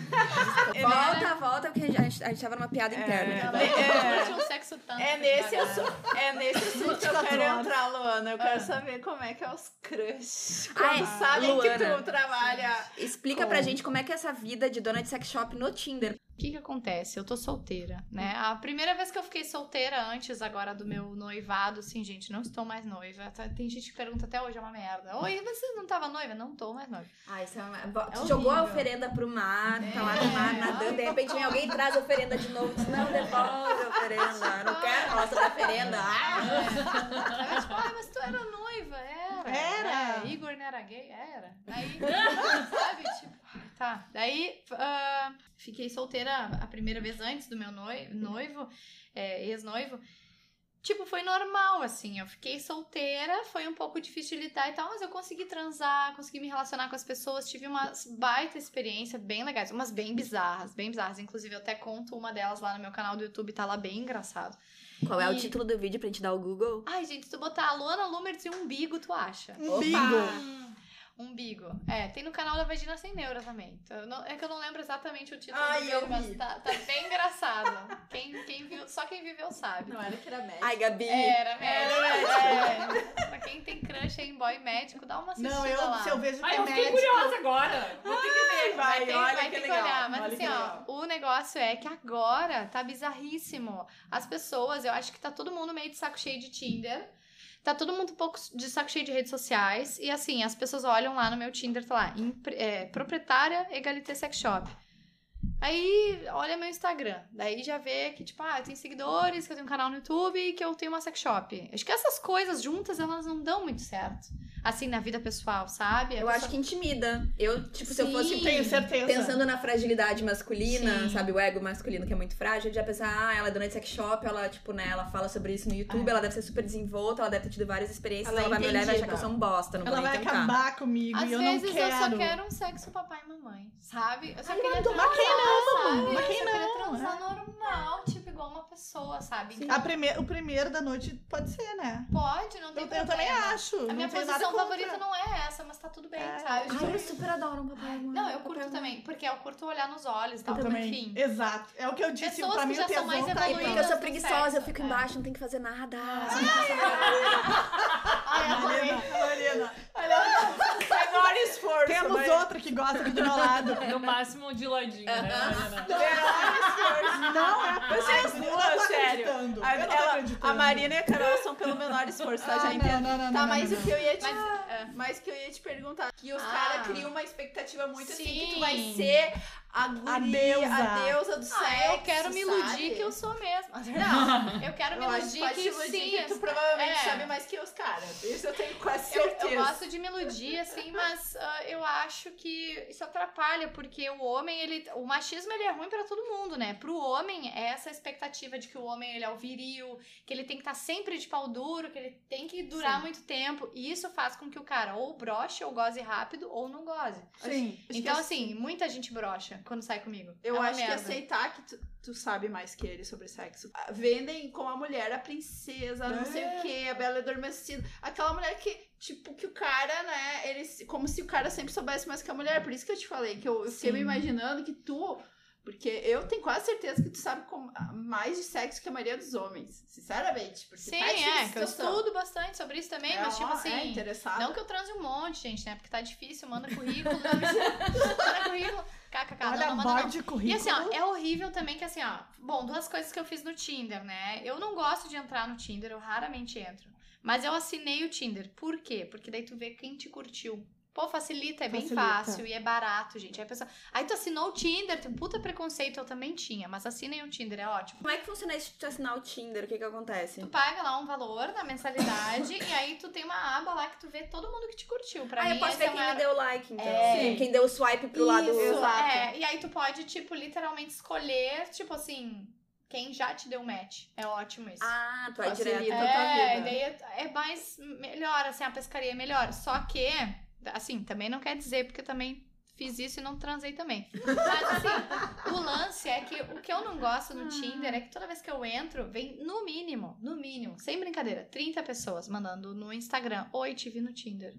S1: Volta, volta, porque a gente, a gente- a gente tava numa piada interna.
S4: É.
S1: então.
S5: Ela curte um sexo tanto. né,
S4: É nesse
S5: cara.
S4: assunto, é
S5: (laughs)
S4: nesse assunto que eu
S3: Adoro.
S4: quero entrar, Luana. Eu quero
S5: Ah.
S4: saber como é que é os crush.
S1: Ah,
S4: Quando
S1: é.
S4: sabem que
S1: Luana.
S4: tu trabalha.
S1: Explica pra gente como é que é essa vida de dona de sex shop no Tinder.
S5: O que que acontece? Eu tô solteira, né? A primeira vez que eu fiquei solteira antes agora do meu noivado, assim, gente, não estou mais noiva. Tá- Tem gente que pergunta até hoje, é uma merda. Oi, você não tava noiva? Não tô mais noiva.
S1: Ai, isso é uma...
S5: horrível.
S1: Jogou a oferenda pro mar, tá lá no mar
S5: É.
S1: nadando, de repente vem alguém e traz a oferenda de novo. Diz, não, devolve a oferenda, não quero a nossa da oferenda.
S5: É.
S1: Ah!
S5: Aí, tipo, ai, mas tu era noiva? Era.
S3: Era.
S5: É, Igor não era gay? Era. Aí, (laughs) sabe, tipo, ai, tá. Daí, ah, fiquei solteira a primeira vez antes do meu noi- noivo, é, ex-noivo. Tipo, foi normal, assim. Eu fiquei solteira, foi um pouco difícil de lidar e tal, mas eu consegui transar, consegui me relacionar com as pessoas, tive umas baita experiência bem legais, umas bem bizarras, bem bizarras. Inclusive, eu até conto uma delas lá no meu canal do YouTube, tá lá bem engraçado.
S1: Qual é o
S5: E-
S1: título do vídeo pra gente dar o Google?
S5: Ai, gente, se tu botar a Luana Lumertz e umbigo, tu acha?
S3: Um bingo.
S5: Umbigo. É, tem no canal da Vagina Sem Neura também. Então, eu não- é que eu não lembro exatamente o título
S4: Ai,
S5: do
S4: eu
S5: vídeo, mas
S4: vi.
S5: tá, tá bem engraçado. quem, quem viu, só quem viveu sabe.
S4: Não era que era médico.
S1: Ai, Gabi.
S5: Era, era, era. Pra quem tem crush aí em boy médico, dá uma assistida
S3: Não, eu,
S5: lá.
S3: se eu vejo que
S2: Ai,
S3: é
S2: eu fiquei
S3: médico,
S2: curiosa agora. Vou ter que ver.
S5: Vai, ter,
S4: olha
S5: vai
S4: que
S5: ter que
S4: legal,
S5: olhar. Mas
S4: olha
S5: assim,
S4: que
S5: ó,
S4: legal.
S5: o negócio é que agora tá bizarríssimo. As pessoas, eu acho que tá todo mundo meio de saco cheio de Tinder. Tá todo mundo um pouco de saco cheio de redes sociais. E assim, as pessoas olham lá no meu Tinder, tá lá, "Empre- é, proprietária Egalité Sex Shop. Aí olha meu Instagram. Daí já vê que, tipo, ah, eu tenho seguidores, que eu tenho um canal no YouTube e que eu tenho uma sex shop. Acho que essas coisas juntas, elas não dão muito certo. Assim, na vida pessoal, sabe? A
S1: Eu
S5: pessoa
S1: acho que intimida. Eu, tipo, se eu
S5: Sim.
S1: fosse
S3: tenho certeza.
S1: pensando na fragilidade masculina,
S5: Sim.
S1: sabe, o ego masculino que é muito frágil, eu já pensar, ah, ela é dona de sex shop, ela, tipo, né, ela fala sobre isso no YouTube,
S5: É.
S1: ela deve ser super desenvolta, ela deve ter tido várias experiências,
S4: Ela
S1: ela,
S4: é
S1: vai me olhar e vai achar
S4: entendida.
S1: que eu sou um bosta, não
S3: ela
S1: vou nem
S3: vai
S1: tentar.
S3: acabar comigo
S5: Às
S3: e eu
S5: vezes
S3: não quero.
S5: eu só quero um sexo papai e mamãe, sabe? Eu só
S3: Ai,
S5: queria
S3: não,
S5: transar,
S3: mas quem não?
S5: sabe?
S3: Mas
S5: eu
S3: quem
S5: só queria
S3: não, né?
S5: transar normal, tipo, igual uma pessoa, sabe? Então,
S3: A prime- O primeiro da noite pode ser, né?
S5: Pode, não
S3: Eu,
S5: tem
S3: eu
S5: problema.
S3: também acho.
S5: A minha
S3: não tenho nada
S5: posição
S3: contra.
S5: favorita não é essa, mas tá tudo bem,
S3: É.
S5: sabe?
S1: Ai, eu super adoro um papai. mano.
S5: Não, eu
S1: Papai,
S5: curto
S1: mano.
S5: também, porque eu curto olhar nos olhos e
S3: Eu
S5: tal,
S3: também.
S5: enfim.
S3: Exato. É o que eu disse,
S5: Pessoas
S3: pra
S5: que
S3: mim
S5: já
S3: o tesão
S5: são mais
S3: tá aí.
S1: E porque eu
S5: evoluídas.
S1: sou
S5: do
S1: preguiçosa, eu
S5: sexo,
S1: fico
S5: é.
S1: embaixo, não tem que fazer nada. Ah.
S5: Ai,
S3: né?
S5: adorei.
S3: Lorena, Lorena.
S4: Menor esforço.
S3: Temos
S4: mas-
S3: outra que gosta aqui do meu lado. (laughs)
S2: No máximo de ladinho, né? Mariana?
S3: Não é.
S4: Vocês
S3: eu é não
S4: duas,
S3: tô
S4: sério.
S3: acreditando.
S4: A,
S3: eu não tô
S4: ela-
S3: acreditando.
S4: a Marina e a Carol são pelo menor esforço, tá?
S3: Ah,
S4: já
S3: não,
S4: entendo.
S3: não, não,
S4: tá,
S3: não,
S4: mas
S3: não,
S4: o
S5: tipo
S4: que eu ia te.
S3: Ah,
S5: Mas, é.
S4: Mas o que eu ia te perguntar, que os
S5: Ah.
S4: caras criam uma expectativa muito assim, que
S5: Sim.
S4: tu vai ser a guria, a deusa,
S3: deusa.
S4: do sexo.
S5: Ah, eu quero me iludir
S4: sabe?
S5: que eu sou
S3: (laughs)
S5: mesma. Não, eu quero me
S4: Eu acho que
S5: iludir
S4: pode te
S5: que
S4: iludir
S5: sim.
S4: que tu provavelmente
S5: é.
S4: sabe mais que os caras. Isso eu tenho quase
S5: Eu,
S4: certeza.
S5: eu gosto de melodia, assim, mas ah, eu acho que isso atrapalha, porque o homem, ele. O machismo ele é ruim pra todo mundo, né? Pro homem, é essa expectativa de que o homem ele é o viril, que ele tem que estar sempre de pau duro, que ele tem que durar muito tempo. E isso faz com que o cara ou broche, ou goze rápido, ou não goze.
S3: Sim.
S4: Acho que
S5: então,
S4: eu-
S5: assim, muita gente brocha quando sai comigo.
S4: Eu
S5: É uma
S4: acho que assim,
S5: merda.
S4: aceitar que tu, tu sabe mais que ele sobre sexo. Ah, Vendem como a mulher, a princesa, não sei
S2: É.
S4: o quê, a bela adormecida. Aquela mulher que, tipo, que o cara, né, ele, se- como se o cara sempre soubesse mais que a mulher. Por isso que eu te falei, que eu, eu fiquei me imaginando que tu. Porque eu tenho quase certeza que tu sabe como- mais de sexo que a maioria dos homens. Sinceramente. Porque
S5: Sim,
S4: tá difícil a
S5: é, que eu
S4: situação.
S5: estudo bastante sobre isso também,
S4: É,
S5: mas tipo
S4: ó,
S5: assim.
S4: É interessado.
S5: Não que eu transe um monte, gente, né? Porque tá difícil, manda currículo. (laughs) manda currículo. KKK, não,
S3: Olha,
S5: não manda não.
S3: morde
S5: E
S3: currículo.
S5: assim, ó, é horrível também que assim, ó. Bom, duas coisas que eu fiz no Tinder, né? Eu não gosto de entrar no Tinder, eu raramente entro. Mas eu assinei o Tinder. Por quê? Porque daí tu vê quem te curtiu. Pô, facilita, é bem
S3: Facilita.
S5: fácil e é barato, gente. Aí, a pessoa... Aí tu assinou o Tinder, tem um puta preconceito, eu também tinha, mas assinei o Tinder, é ótimo.
S1: Como é que funciona isso de tu assinar o Tinder? O que que acontece?
S5: Tu paga lá um valor na mensalidade (laughs) e aí tu tem uma aba lá que tu vê todo mundo que te curtiu. Pra
S1: ah,
S5: mim,
S1: eu posso
S5: esse
S1: ver
S5: é o
S1: quem
S5: maior-
S1: me deu like, então.
S5: É.
S1: Sim. Quem deu o swipe pro lado.
S4: Isso.
S1: Exato.
S4: Exato.
S5: É, e aí tu pode, tipo, literalmente escolher, tipo assim, quem já te deu match. É ótimo isso.
S1: Ah, tu vai
S4: Facilita.
S1: direto.
S4: tua
S5: é,
S4: vida.
S5: daí é, é mais melhor, assim, a pescaria é melhor. Só que, assim, também não quer dizer, porque eu também fiz isso e não transei também. Mas assim, o lance é que o que eu não gosto
S1: Ah.
S5: no Tinder é que toda vez que eu entro, vem no mínimo, no mínimo, sem brincadeira, 30 pessoas mandando no Instagram. Oi, te vi no Tinder.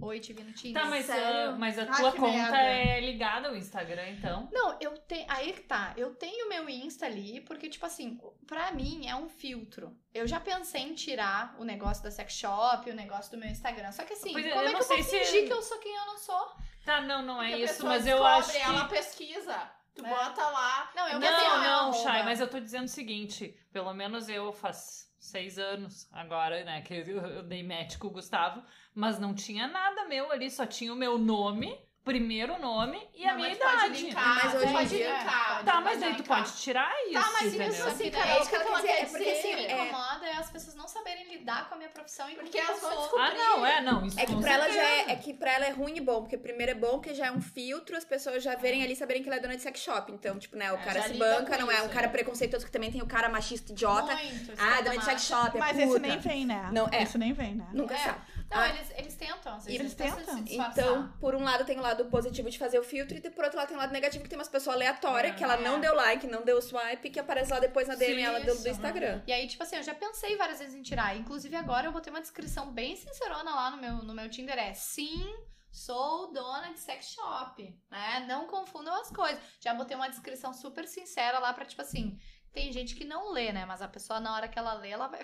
S5: Oi, te vi no Tinder.
S2: Tá, mas,
S1: Sério?
S2: ah, mas a
S3: Ah,
S2: tua
S3: que
S2: conta
S3: merda.
S2: é ligada ao Instagram, então.
S5: Não, eu tenho. Aí que tá. Eu tenho meu Insta ali, porque, tipo assim, pra mim é um filtro. Eu já pensei em tirar o negócio da sex shop, o negócio do meu Instagram. Só que assim,
S2: Pois é,
S5: como
S2: eu
S5: é que
S2: não
S5: eu vou
S2: sei se-
S5: fingir que eu sou quem eu não sou?
S2: Tá, não, não é
S4: Porque a
S2: isso,
S4: pessoa
S2: mas eu
S4: descobre,
S2: acho que.
S4: Ela pesquisa. Tu
S5: É.
S4: bota lá.
S5: Não,
S2: Não,
S5: eu botei lá,
S2: não,
S5: arroba.
S2: Chay, mas eu tô dizendo o seguinte: pelo menos eu faz seis anos agora, né, que eu, eu dei match com o Gustavo, mas não tinha nada meu ali, só tinha o meu nome primeiro nome e a
S5: Não,
S2: minha
S5: mas tu pode
S2: idade.
S5: linkar,
S1: Mas
S5: tu
S1: hoje em
S5: pode
S1: dia-
S5: linkar,
S2: Tá,
S5: tu
S2: mas aí tu
S5: linkar.
S2: pode tirar isso,
S5: Tá, mas
S2: entendeu?
S5: isso assim,
S1: Assim,
S5: cara,
S1: Carol,
S5: isso que
S1: o que
S5: ela
S1: ela
S5: quer
S1: quer
S5: dizer,
S1: dizer é porque,
S5: que me
S1: assim, é-
S5: incomoda é as pessoas não saberem lidar com a minha profissão e com
S1: Porque
S5: quem
S1: elas
S5: eu
S1: vão
S5: sou.
S1: descobrir.
S2: Ah, não, é, não. Isso
S1: É que
S2: com (laughs)
S1: pra ela já
S2: certeza.
S1: é, é que pra ela é ruim e bom, porque primeiro é bom que já é um filtro, as pessoas já verem ali saberem que ela é dona de sex shop. Então, tipo, né, o
S5: É,
S1: cara
S5: já
S1: se
S5: lida
S1: banca,
S5: com
S1: não é
S5: isso,
S1: um cara
S5: né?
S1: preconceituoso que também tem o cara machista idiota.
S5: Muito,
S1: ah,
S5: escada
S1: dona de sex
S5: macho.
S1: shop, é
S3: Mas
S1: puta.
S3: esse nem vem, né?
S1: Não, é.
S3: Esse nem vem, né?
S1: Nunca
S5: É.
S1: sabe.
S5: Não,
S1: Ah.
S5: eles, eles tentam, às vezes
S3: Eles tentam.
S5: se disfarçar.
S1: Então, por um lado tem o lado positivo de fazer o filtro, e por outro lado tem o lado negativo que tem umas pessoas aleatórias
S2: Ah,
S1: que ela
S5: é.
S1: não deu like, não deu swipe, que aparece lá depois na DM
S2: Sim,
S1: ela do, do
S2: isso.
S1: Instagram.
S5: E aí, tipo assim, eu já pensei várias vezes em tirar. Inclusive, agora eu botei uma descrição bem sincerona lá no meu, no meu Tinder. É sim, sou dona de sex shop, né? Não confundam as coisas. Já botei uma descrição super sincera lá pra, tipo assim, tem gente que não lê, né? Mas a pessoa, na hora que ela lê, ela vai,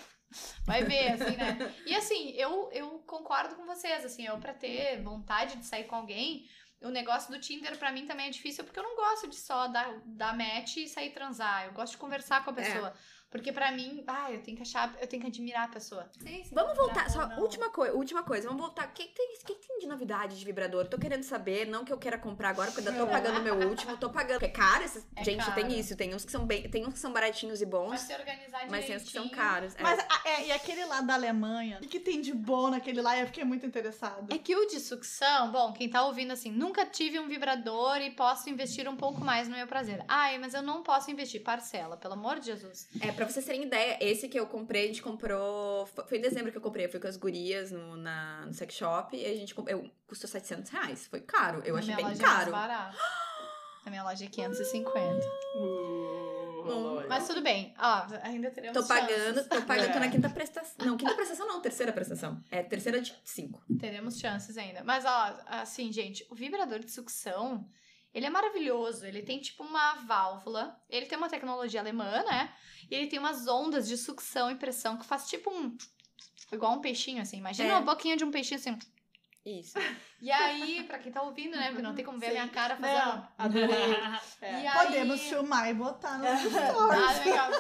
S5: vai ver, assim, né? E assim, eu, eu concordo com vocês, assim, eu pra ter vontade de sair com alguém. O negócio do Tinder pra mim também é difícil porque eu não gosto de só dar, dar match e sair transar. Eu gosto de conversar com a
S1: É.
S5: pessoa. Porque pra mim, ah, eu tenho que achar, eu tenho que admirar a pessoa. Sim, sim,
S1: Vamos
S5: tá
S1: voltar,
S5: bom,
S1: só
S5: não.
S1: última, coi última coisa, vamos voltar. O que, que tem, o que que tem de novidade de vibrador? Eu Tô querendo saber, não que eu queira comprar agora, porque eu ainda tô pagando meu último, eu tô pagando. É caro esses.
S5: É
S1: gente,
S5: caro.
S1: tem isso, tem uns que são bem. Tem uns que são baratinhos e
S5: Mas
S1: bons,
S5: se organizar
S1: mas tem uns que são
S5: direitinho.
S1: caros. É.
S3: Mas a- é, e aquele lá da Alemanha? O que, que tem de bom naquele lá? Eu fiquei muito interessada.
S5: É que o de sucção, bom, quem tá ouvindo assim, nunca tive um vibrador e posso investir um pouco mais no meu prazer. Ai, mas eu não posso investir parcela, pelo amor de Jesus.
S1: É, pra vocês terem ideia, esse que eu comprei, a gente comprou. fo- Foi em dezembro que eu comprei, eu fui com as gurias no, na, no sex shop e a gente com- eu, custou 700 reais. Foi caro, eu
S5: Na
S1: achei
S5: minha
S1: bem
S5: loja É
S1: caro.
S5: mais barato.
S1: (gasps)
S5: Na minha loja é 550.
S4: Uh,
S5: Mas tudo bem, ó, ainda teremos
S1: Uhum. Tô
S5: chances.
S1: pagando, tô pagando, tô
S4: É.
S1: na quinta prestação. Não, quinta prestação não, terceira prestação. É terceira de cinco.
S5: Teremos chances ainda. Mas, ó, assim, gente, o vibrador de sucção, ele é maravilhoso. Ele tem, tipo, uma válvula. Ele tem uma tecnologia alemã, né? E ele tem umas ondas de sucção e pressão que faz, tipo, um... Igual um peixinho, assim. Imagina
S1: É.
S5: uma boquinha de um peixinho, assim.
S1: Isso.
S5: E aí, pra quem tá ouvindo, né? Porque não tem como ver a minha cara fazendo...
S3: Não, adorei.
S1: É.
S5: E aí...
S3: Podemos filmar e
S5: (laughs)
S3: botar no
S5: Ah,
S3: stories.
S5: legal.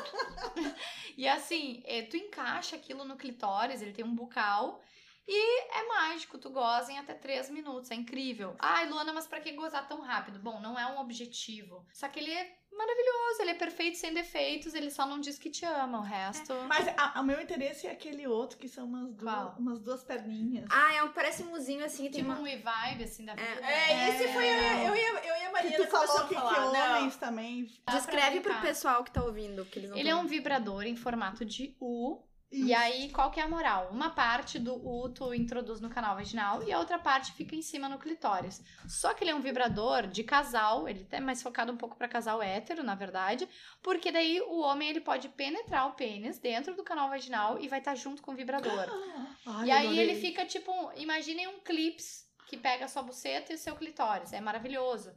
S5: e assim, eh, tu encaixa aquilo no clitóris, ele tem um bucal. E é mágico, tu goza em até 3 minutos, é incrível. Ai, Luana, mas pra que gozar tão rápido? Bom, não é um objetivo. Só que ele é maravilhoso, ele é perfeito, sem defeitos, ele só não diz que te ama, o resto...
S3: Mas a- o meu interesse é aquele outro que são umas duas,
S5: Qual?
S3: umas duas perninhas.
S1: Ah, é um, parece um muzinho assim, tem
S5: Tipo
S1: uma.
S5: um e-vibe, assim, da vida.
S4: É, esse foi a, eu, e a, eu e a
S3: que
S4: Marina
S3: tu falou
S4: começamos
S3: que,
S4: a
S3: que
S4: falar. Não.
S3: homens também.
S5: Dá pra
S1: Descreve pro
S5: brincar.
S1: pessoal que tá ouvindo, que eles não
S5: Ele é
S1: tão-
S5: um vibrador em formato de U,
S3: Isso.
S5: E aí, qual que é a moral? Uma parte do U tu introduz no canal vaginal e a outra parte fica em cima no clitóris. Só que ele é um vibrador de casal, ele é mais focado um pouco pra casal hétero, na verdade, porque daí o homem ele pode penetrar o pênis dentro do canal vaginal e vai estar junto com o vibrador.
S3: Ai,
S5: e aí
S3: adorei.
S5: ele fica tipo, um- imaginem um clips que pega a sua buceta e o seu clitóris, é maravilhoso.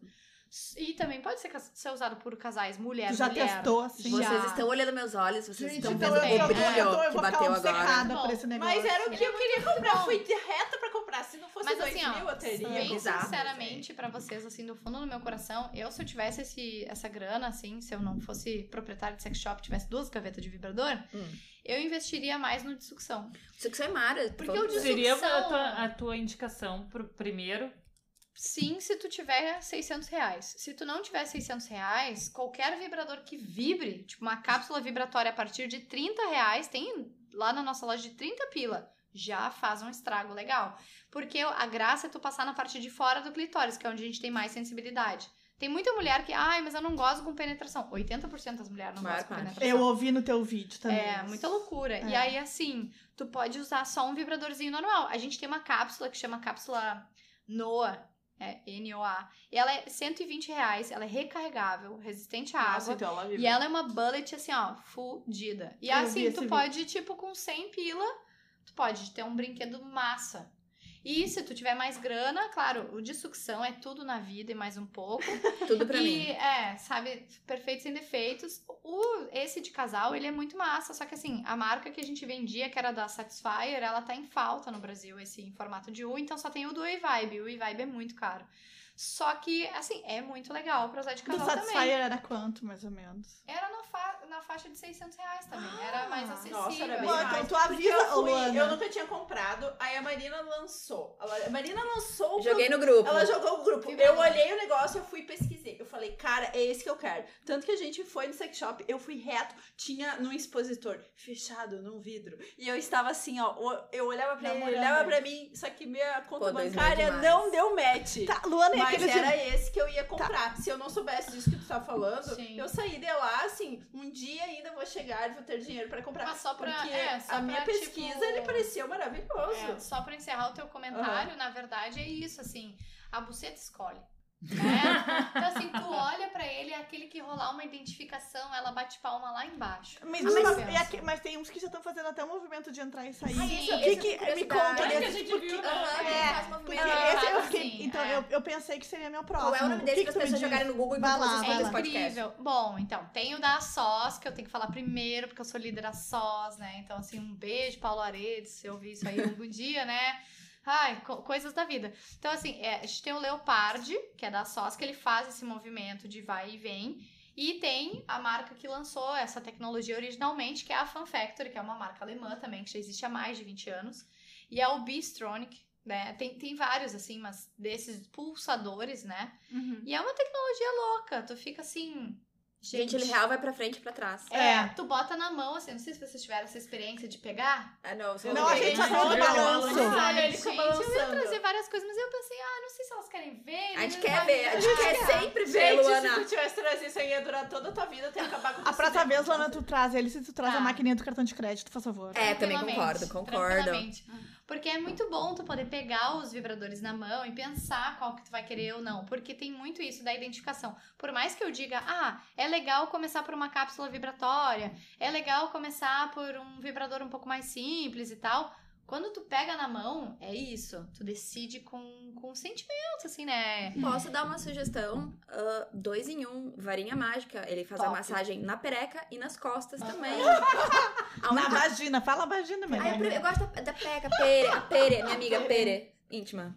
S5: E também pode ser, cas- ser usado por casais mulher
S3: Tu já
S5: "É, mulher.
S3: testou assim?
S5: Já.
S1: Vocês estão olhando meus olhos, vocês
S3: Gente,
S1: estão
S3: então
S1: vendo
S3: eu,
S1: o
S3: eu,
S1: brilho
S3: eu, tô- eu
S1: que
S3: vou ficar
S1: bateu agora.
S3: obcecada
S5: Bom,
S3: por esse negócio.
S4: Mas era o que eu queria comprar.
S5: bom.
S4: Eu fui de reta pra comprar. Se não fosse
S5: Mas,
S4: dois
S5: assim, ó,
S4: mil, eu teria.
S5: Bem
S1: bizarro,
S5: sinceramente, pra vocês, assim, do fundo do meu coração, eu, se eu tivesse esse, essa grana, assim, se eu não fosse proprietário de sex shop, tivesse duas gavetas de vibrador,
S1: Hum.
S5: eu investiria mais no de sucção.
S1: Isso que você é mara.
S5: Porque eu disse-
S2: (laughs) Seria a
S5: Sucção.
S2: tua, a tua indicação pro primeiro.
S5: Sim, se tu tiver 600 reais. Se tu não tiver 600 reais, qualquer vibrador que vibre, tipo uma cápsula vibratória a partir de 30 reais, tem lá na nossa loja de 30 pila. Já faz um estrago legal. Porque a graça é tu passar na parte de fora do clitóris, que é onde a gente tem mais sensibilidade. Tem muita mulher que, ai, mas eu não gosto com penetração. 80% das mulheres não
S1: Maior
S5: gostam com
S1: parte.
S5: penetração.
S3: Eu ouvi no teu vídeo também.
S5: É, muita loucura. E
S3: É.
S5: aí, assim, tu pode usar só um vibradorzinho normal. A gente tem uma cápsula que chama cápsula NOA, é N-O-A. E ela é 120 reais, ela é recarregável, resistente à
S4: Nossa,
S5: água.
S4: então ela vive.
S5: E ela é uma bullet, assim, ó, fudida. E
S3: Eu vi
S5: assim,
S3: esse
S5: tu pode, tipo, com 100 pila, tu pode ter um brinquedo massa. E se tu tiver mais grana, claro, o de sucção é tudo na vida e mais um pouco
S1: Tudo pra
S5: e,
S1: mim.
S5: é, sabe, perfeito sem defeitos. O, esse de casal, ele é muito massa, só que assim, a marca que a gente vendia, que era da Satisfyer, ela tá em falta no Brasil, esse em formato de U, então só tem o do E-Vibe. O E-Vibe é muito caro. Só que, assim, é muito legal pra usar de
S3: Do
S5: casal também.
S3: Satisfyer era quanto, mais ou menos?
S5: Era na, fa- na faixa de 600 reais também. Era mais
S1: Ah,
S5: acessível.
S4: Nossa, era bem
S3: Bom,
S4: mais.
S3: então tu
S4: Porque eu
S3: avisa, ô,
S4: fui, eu
S3: Luana.
S4: nunca tinha comprado, aí a Marina lançou. Ela- A Marina lançou o
S1: Joguei no grupo.
S4: Ela jogou o grupo.
S5: Fica
S4: Eu
S5: bem.
S4: olhei o negócio, eu fui e pesquisei. Eu falei, cara, é esse que eu quero. Tanto que a gente foi no sex shop, eu fui reto, tinha num expositor fechado num vidro. E eu estava assim, ó, o- eu olhava pra ele, ele,
S3: Namorando.
S4: olhava pra mim, só que minha conta
S1: Pô, dois mil é
S4: bancária
S1: demais.
S4: não deu match.
S3: Tá, Luana, é
S4: Mas
S3: aquele
S4: era esse que eu ia comprar. Se eu não soubesse disso que tu tá falando,
S5: Sim.
S4: eu saí de lá assim, um dia ainda vou chegar e vou ter dinheiro pra comprar.
S5: Mas só pra-
S4: Porque
S5: é, só
S4: a minha
S5: pra,
S4: pesquisa
S5: tipo,
S4: ele parecia
S5: É,
S4: maravilhoso.
S5: só pra encerrar o teu
S3: Ah.
S5: comentário, na verdade é isso, assim, a buceta escolhe.
S3: (laughs)
S5: né? Então, assim, tu olha pra ele, é aquele que rolar uma identificação, ela bate palma lá embaixo.
S3: de... Mas,
S5: Ah, mas
S3: mas,
S5: pensa.
S3: é aque- mas tem uns que já estão fazendo até o movimento de entrar e sair.
S5: Sim.
S3: o que que...
S1: Essa
S3: Me
S1: curiosidade.
S3: conta,
S2: Olha que
S3: né?
S2: a gente viu,
S1: Aham,
S2: né?
S1: que ele faz
S3: é, Porque
S1: movimento.
S5: Não,
S3: esse eu
S5: assim,
S3: fiquei... Então,
S5: é.
S3: eu, eu pensei que seria meu próximo.
S1: Qual é o nome dele
S3: que
S1: para as
S3: que tu me
S1: pessoas
S3: diz?
S1: jogarem no Google
S3: Vai
S1: enquanto
S3: lá,
S1: vocês
S3: vai
S1: ouvem
S3: lá.
S1: esse podcast?
S5: É Incrível. Bom, então, tem o da SOS, que eu tenho que falar primeiro, porque eu sou líder da SOS, né? Então, assim, um beijo, Paulo Aredes, se eu ouvir isso aí algum dia, né? Ai, co- coisas da vida. Então, assim, é, a gente tem o Leopardi, que é da SOS, que ele faz esse movimento de vai e vem. E tem a marca que lançou essa tecnologia originalmente, que é a Fan Factory, que é uma marca alemã também, que já existe há mais de 20 anos. E é o Bistronic, né? Tem, tem vários, assim, mas desses pulsadores, né?
S1: Uhum.
S5: E é uma tecnologia louca. Tu fica assim.
S1: Gente, ele real vai pra frente e pra trás.
S5: É, tu bota na mão, assim, não sei se vocês tiveram essa experiência de pegar.
S1: Ah, não, só
S3: Não, a
S1: joguei.
S3: gente só
S1: Não,
S3: falou do
S1: não,
S3: balanço.
S1: não, não.
S4: Ah,
S5: Ai,
S4: ele ficou
S5: eu ia
S4: balançando.
S5: trazer várias coisas, mas eu pensei, ah, não sei se elas querem ver.
S1: A gente
S5: né?
S1: quer ver, a gente quer sempre ver,
S4: Gente, se
S1: Luana.
S4: tu tivesse trazido isso aí, ia durar toda a tua vida até acabar com
S3: A
S4: o
S3: próxima
S4: cinema.
S3: vez, Luana, tu traz ele. Se tu traz
S5: é Tá.
S3: a maquininha do cartão de crédito, por favor.
S1: É, também
S5: Tranquilamente,
S1: concordo, concordo.
S5: tranquilamente. Porque é muito bom tu poder pegar os vibradores na mão e pensar qual que tu vai querer ou não. Porque tem muito isso da identificação. Por mais que eu diga, ah, é legal começar por uma cápsula vibratória, é legal começar por um vibrador um pouco mais simples e tal. Quando tu pega na mão, é isso. Tu decide com, com sentimento, assim, né?
S1: Posso dar uma sugestão? Ah, dois em um, varinha mágica. Ele faz a
S5: Top.
S1: massagem na pereca e nas costas também. A
S3: Na né?
S1: única-
S3: vagina, fala vagina, minha
S1: Ai, é eu, pre- eu gosto da, da pereca, pere, a pere, minha amiga, pere, íntima.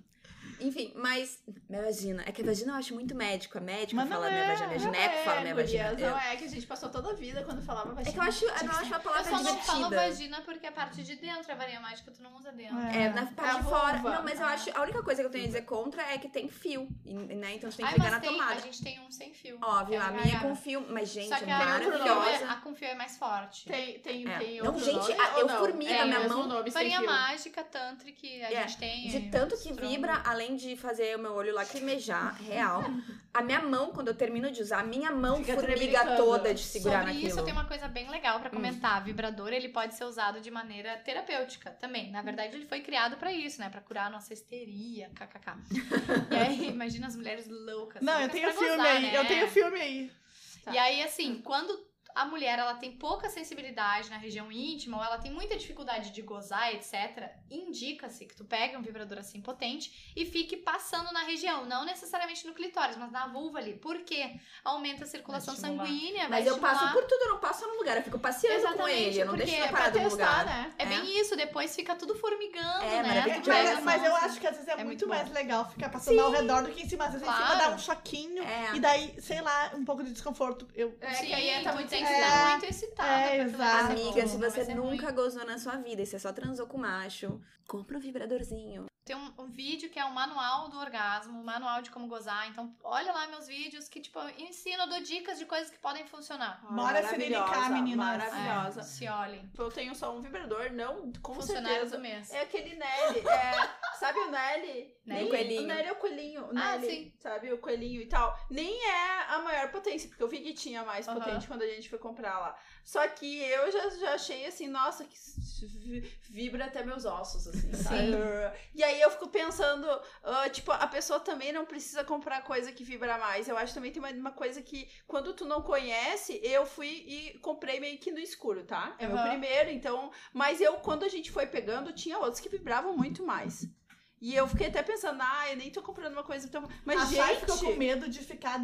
S1: Enfim, mas minha vagina, é que a vagina eu acho muito médico. A médica
S3: Mas não
S1: fala minha
S3: é,
S1: vagina, a
S4: Não
S1: gineco fala minha vagina.
S4: gurias,
S1: Eu-
S4: Não é que a gente passou toda a vida quando falava vagina.
S1: É que eu acho, eu não acho uma
S5: Eu
S1: palavra
S5: só não falo
S1: divertida.
S5: vagina porque a parte de dentro, é a varinha mágica, tu não usa dentro.
S1: É, na parte
S4: a
S1: de fora.
S4: vulva.
S1: Não, mas eu acho. A única coisa que eu tenho a dizer contra é que tem fio. e- Né? Então você tem que
S5: Ai,
S1: ligar na
S5: mas tem, a
S1: tomada.
S5: gente tem um sem fio.
S1: Óbvio,
S5: que é
S1: a minha é
S5: gargalo.
S1: com fio. Mas, gente,
S5: Só que
S1: é
S5: a,
S1: maravilhosa.
S5: a com fio é mais forte.
S4: Tem, tem,
S1: É.
S4: tem
S1: Não,
S4: outro
S1: gente,
S4: nome,
S1: a-
S4: ou
S1: eu
S4: não?
S1: formiga
S4: é,
S1: minha
S4: mesmo
S1: mão.
S4: Nome, sem
S5: Farinha
S4: fio.
S5: mágica, tantra que a
S1: É,
S5: gente tem.
S1: De tanto que
S5: assim, strong.
S1: vibra, além de fazer o meu olho
S5: (laughs)
S1: lacrimejar, real. A minha mão, quando eu termino de usar, a minha mão
S4: Fica
S1: formiga
S4: tremelicando.
S1: toda de segurar
S5: Sobre
S1: naquilo. Hum.
S5: isso, tem uma coisa bem legal pra comentar. Vibrador, ele pode ser usado de maneira terapêutica também. Na verdade, ele foi criado pra isso, né? Pra curar a nossa histeria,
S1: (laughs)
S5: kkk. e aí, imagina as mulheres loucas.
S3: Não, eu
S5: loucas
S3: tenho
S5: pra
S3: filme
S5: gozar,
S3: aí.
S5: né?
S3: Eu tenho filme aí.
S4: Tá.
S5: E aí, assim, quando a mulher ela tem pouca sensibilidade na região íntima ou ela tem muita dificuldade de gozar, etc., indica-se que tu pegue um vibrador assim potente e fique passando na região, não necessariamente no clitóris, mas na vulva ali. Por quê? Aumenta a circulação
S2: Vai estimular.
S5: sanguínea, vai
S1: Mas eu passo
S5: estimular.
S1: por tudo, eu não passo no lugar. Eu fico passeando com
S5: Exatamente,
S1: ele, eu não
S5: porque é
S1: deixo ele
S5: pra
S4: Pra
S1: parado no
S4: testar,
S1: lugar.
S4: né?
S5: É
S1: É.
S5: bem isso, depois fica tudo formigando, né?
S1: É, maravilhoso.
S5: Tu pega
S3: Mas,
S5: a
S3: mas eu
S5: mão,
S3: acho que às vezes é,
S5: É muito
S3: muito
S5: bom.
S3: mais legal ficar passando ao redor do que em cima. Às vezes em
S5: Claro.
S3: cima dá um choquinho.
S1: É.
S3: E daí, sei lá, um pouco de desconforto. Eu...
S5: É,
S4: Sim,
S5: que aí tá
S4: tu
S5: muito
S4: tem
S5: tem
S4: que
S5: que
S3: dar-
S5: estar muito excitada.
S3: É,
S5: pra aquilo lá
S3: exato.
S5: ser bom,
S1: Amiga, se
S5: não vai
S1: você
S5: ser ruim.
S1: nunca gozou na sua vida e você só transou com macho, compra um vibradorzinho.
S5: Tem um, um vídeo que é um manual do orgasmo, um manual de como gozar. Então, olha lá meus vídeos que, tipo, eu ensino, eu dou dicas de coisas que podem funcionar.
S4: Ah,
S3: Bora se
S4: maravilhosa,
S3: dedicar, meninas.
S4: Maravilhosa.
S5: É, se olhem.
S4: Eu tenho só um vibrador, não, com
S5: Funcionário do
S4: certeza.
S5: mês.
S4: É aquele Nelly,
S5: (laughs)
S4: é, sabe o Nelly?
S5: Nelly.
S4: Nem-
S1: O coelhinho.
S4: O Nelly é o coelhinho, o
S5: Ah,
S4: Nelly,
S5: sim.
S4: sabe, o coelhinho e tal. Nem é a maior potência, porque eu vi que tinha mais
S5: Aham.
S4: potente quando a gente foi comprar lá. Só que eu já, já achei assim, nossa, que s- vi- vibra até meus ossos, assim, sabe? E aí eu fico pensando, ah, tipo, a pessoa também não precisa comprar coisa que vibra mais. Eu acho também tem uma, uma coisa que, quando tu não conhece, eu fui e comprei meio que no escuro, tá? É meu
S5: Aham.
S4: primeiro, então mas eu, quando a gente foi pegando, tinha outros que vibravam muito mais. E eu fiquei até pensando, ah, eu nem tô comprando uma coisa tão. Mas,
S3: a Chay
S4: gente.
S3: ficou com medo de ficar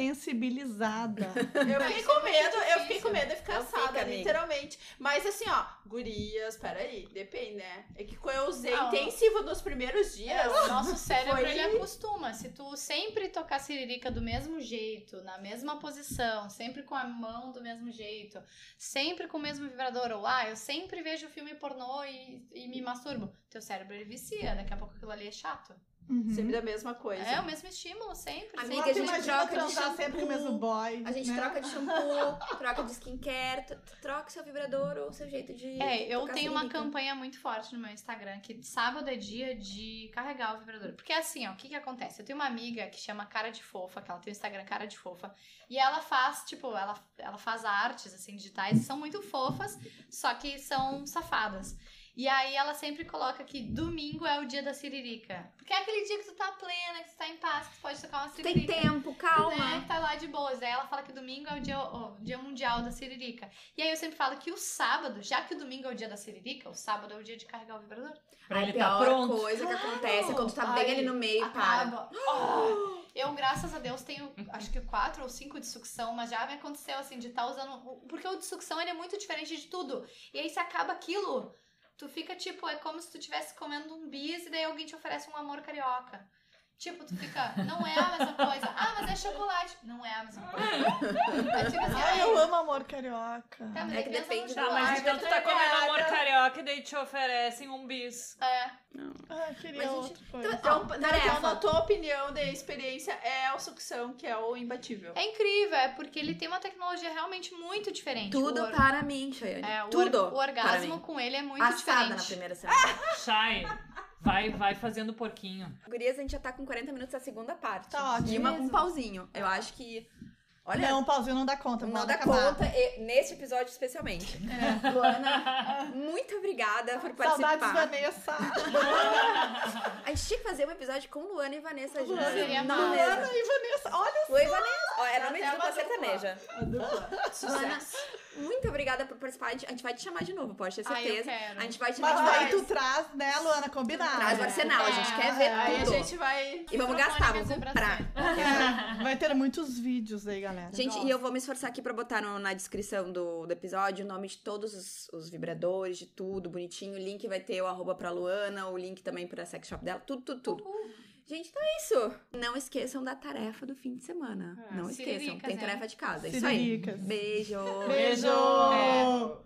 S1: (laughs)
S3: dessensibilizada.
S4: Eu fiquei com medo, eu fiquei com medo de ficar
S1: Não
S4: assada,
S1: fica, amiga.
S4: literalmente. Mas assim, ó, gurias, peraí, depende, né? É que eu usei
S5: Ah, ó.
S4: intensivo nos primeiros
S1: É,
S4: dias.
S5: é,
S4: (laughs)
S5: O nosso cérebro,
S4: Foi-
S5: ele acostuma. Se tu sempre tocar siririca do mesmo jeito, na mesma posição, sempre com a mão do mesmo jeito, sempre com o mesmo vibrador, ou ah, eu sempre vejo filme pornô e, e me masturbo, teu cérebro, ele vicia. Daqui a pouco aquilo ali é chato.
S3: Uhum.
S4: Sempre da mesma coisa.
S1: um
S5: É, o mesmo estímulo sempre.
S1: Amiga,
S3: Só
S5: sempre.
S1: a
S3: tu
S1: gente
S3: Uhum. imagina
S1: troca de
S3: transar
S1: shampoo,
S3: sempre com o mesmo boy.
S1: A gente
S3: né?
S1: troca de shampoo, troca de skincare, t- troca o seu vibrador ou o seu jeito de.
S5: É, eu
S1: tocar
S5: tenho uma
S1: siririca.
S5: campanha muito forte no meu Instagram que sábado é dia de carregar o vibrador. Porque assim, ó, o que que acontece? Eu tenho uma amiga que chama Cara de Fofa, que ela tem o Instagram Cara de Fofa, e ela faz, tipo, ela, ela faz artes, assim, digitais, e são muito fofas, só que são safadas. E aí ela sempre coloca que domingo é o dia da siririca. Porque é aquele dia que tu tá plena, que tu tá em paz, que tu pode tocar uma siririca.
S1: Tem tempo,
S5: Né,
S1: calma.
S5: que tá lá de boas. Aí ela fala que domingo é o dia, o dia mundial da siririca. E aí eu sempre falo que o sábado, já que o domingo é o dia da siririca, o sábado é o dia de carregar o vibrador.
S2: Pra
S1: a
S2: ele
S1: pior
S2: tá pronto.
S1: coisa que
S4: Ah,
S1: acontece é quando tu tá
S5: Ai,
S1: bem ali no meio e para.
S5: Acaba. Ah, (gasps) eu, graças a Deus, tenho acho que quatro ou cinco de sucção, mas já me aconteceu assim, de estar usando. Porque o de sucção ele é muito diferente de tudo. E aí se acaba aquilo, tu fica tipo, é como se tu estivesse comendo um bis e daí alguém te oferece um amor carioca. Tipo, tu fica, não é a mesma coisa. Ah, mas é chocolate. Não é a mesma coisa. Aí fica assim,
S3: Ai,
S5: ai,
S3: eu amo amor carioca.
S5: Tá, mas
S1: É
S5: aí
S1: que
S5: pensa
S1: depende
S5: no
S1: da
S2: Tá,
S5: chocolate.
S2: mas
S1: Ai,
S2: então tu tá
S1: obrigada.
S2: comendo amor carioca e daí te oferecem um bis.
S5: É.
S3: Ai,
S1: Mas
S3: queria
S1: a gente-
S3: outra coisa.
S1: Então,
S4: Então,
S1: tarefa.
S4: então, na tua opinião da experiência, é a sucção que é o imbatível.
S5: É incrível, é porque ele tem uma tecnologia realmente muito diferente.
S1: Tudo
S5: o or-
S1: para mim, Chayane.
S5: É, o,
S1: Tudo.
S5: or- o orgasmo
S1: para mim.
S5: com ele é muito
S1: Assada na
S5: diferente.
S1: primeira semana.
S2: Chay, vai, vai fazendo porquinho.
S1: (laughs) Gurias, a gente já tá com 40 minutos da segunda parte.
S3: Tá ótimo.
S1: E uma com um
S5: Mesmo.
S1: pauzinho. Eu acho que. Olha,
S3: não, pauzinho não dá conta.
S1: não
S3: vamos
S1: dá
S3: acabar.
S1: conta, e- neste episódio especialmente. Luana, muito obrigada por participar.
S3: Saudades, Vanessa.
S1: A gente tinha que fazer um episódio com Luana e Vanessa juntas.
S5: Seria
S1: Não,
S5: massa.
S1: mesmo.
S3: Luana e Vanessa. Olha
S1: Lu e Vanessa. Ó, era
S4: Dá
S1: nome
S4: até
S1: de dupla
S4: uma dupla.
S1: sertaneja. Luana, muito obrigada por participar. A gente- a gente vai te chamar de novo, pode ter
S5: Ai, Ah, eu
S1: certeza.
S5: quero.
S1: A gente vai te
S3: Mas
S1: chamar
S3: daí
S1: de
S3: tu
S1: novo.
S3: traz, né, Luana? Combinado.
S1: Traz o arsenal, a gente quer ver
S4: Aí a
S1: tudo.
S4: gente vai.
S1: E vamos gastar, vamos comprar.
S3: É, Vai ter muitos vídeos aí, galera.
S1: Gente, e eu vou me esforçar aqui pra botar no- na descrição do, do episódio o nome de todos os, os vibradores, de tudo, bonitinho. O link vai ter o arroba pra Luana, o link também pra sex shop dela, tudo, tudo, tudo. Gente, então é isso. Não esqueçam da tarefa do fim de semana.
S4: Ah,
S1: Não esqueçam,
S5: siriricas,
S1: tem
S5: né?
S1: tarefa de casa. É isso aí.
S3: Siriricas.
S1: Beijo!
S3: Beijo!
S5: É.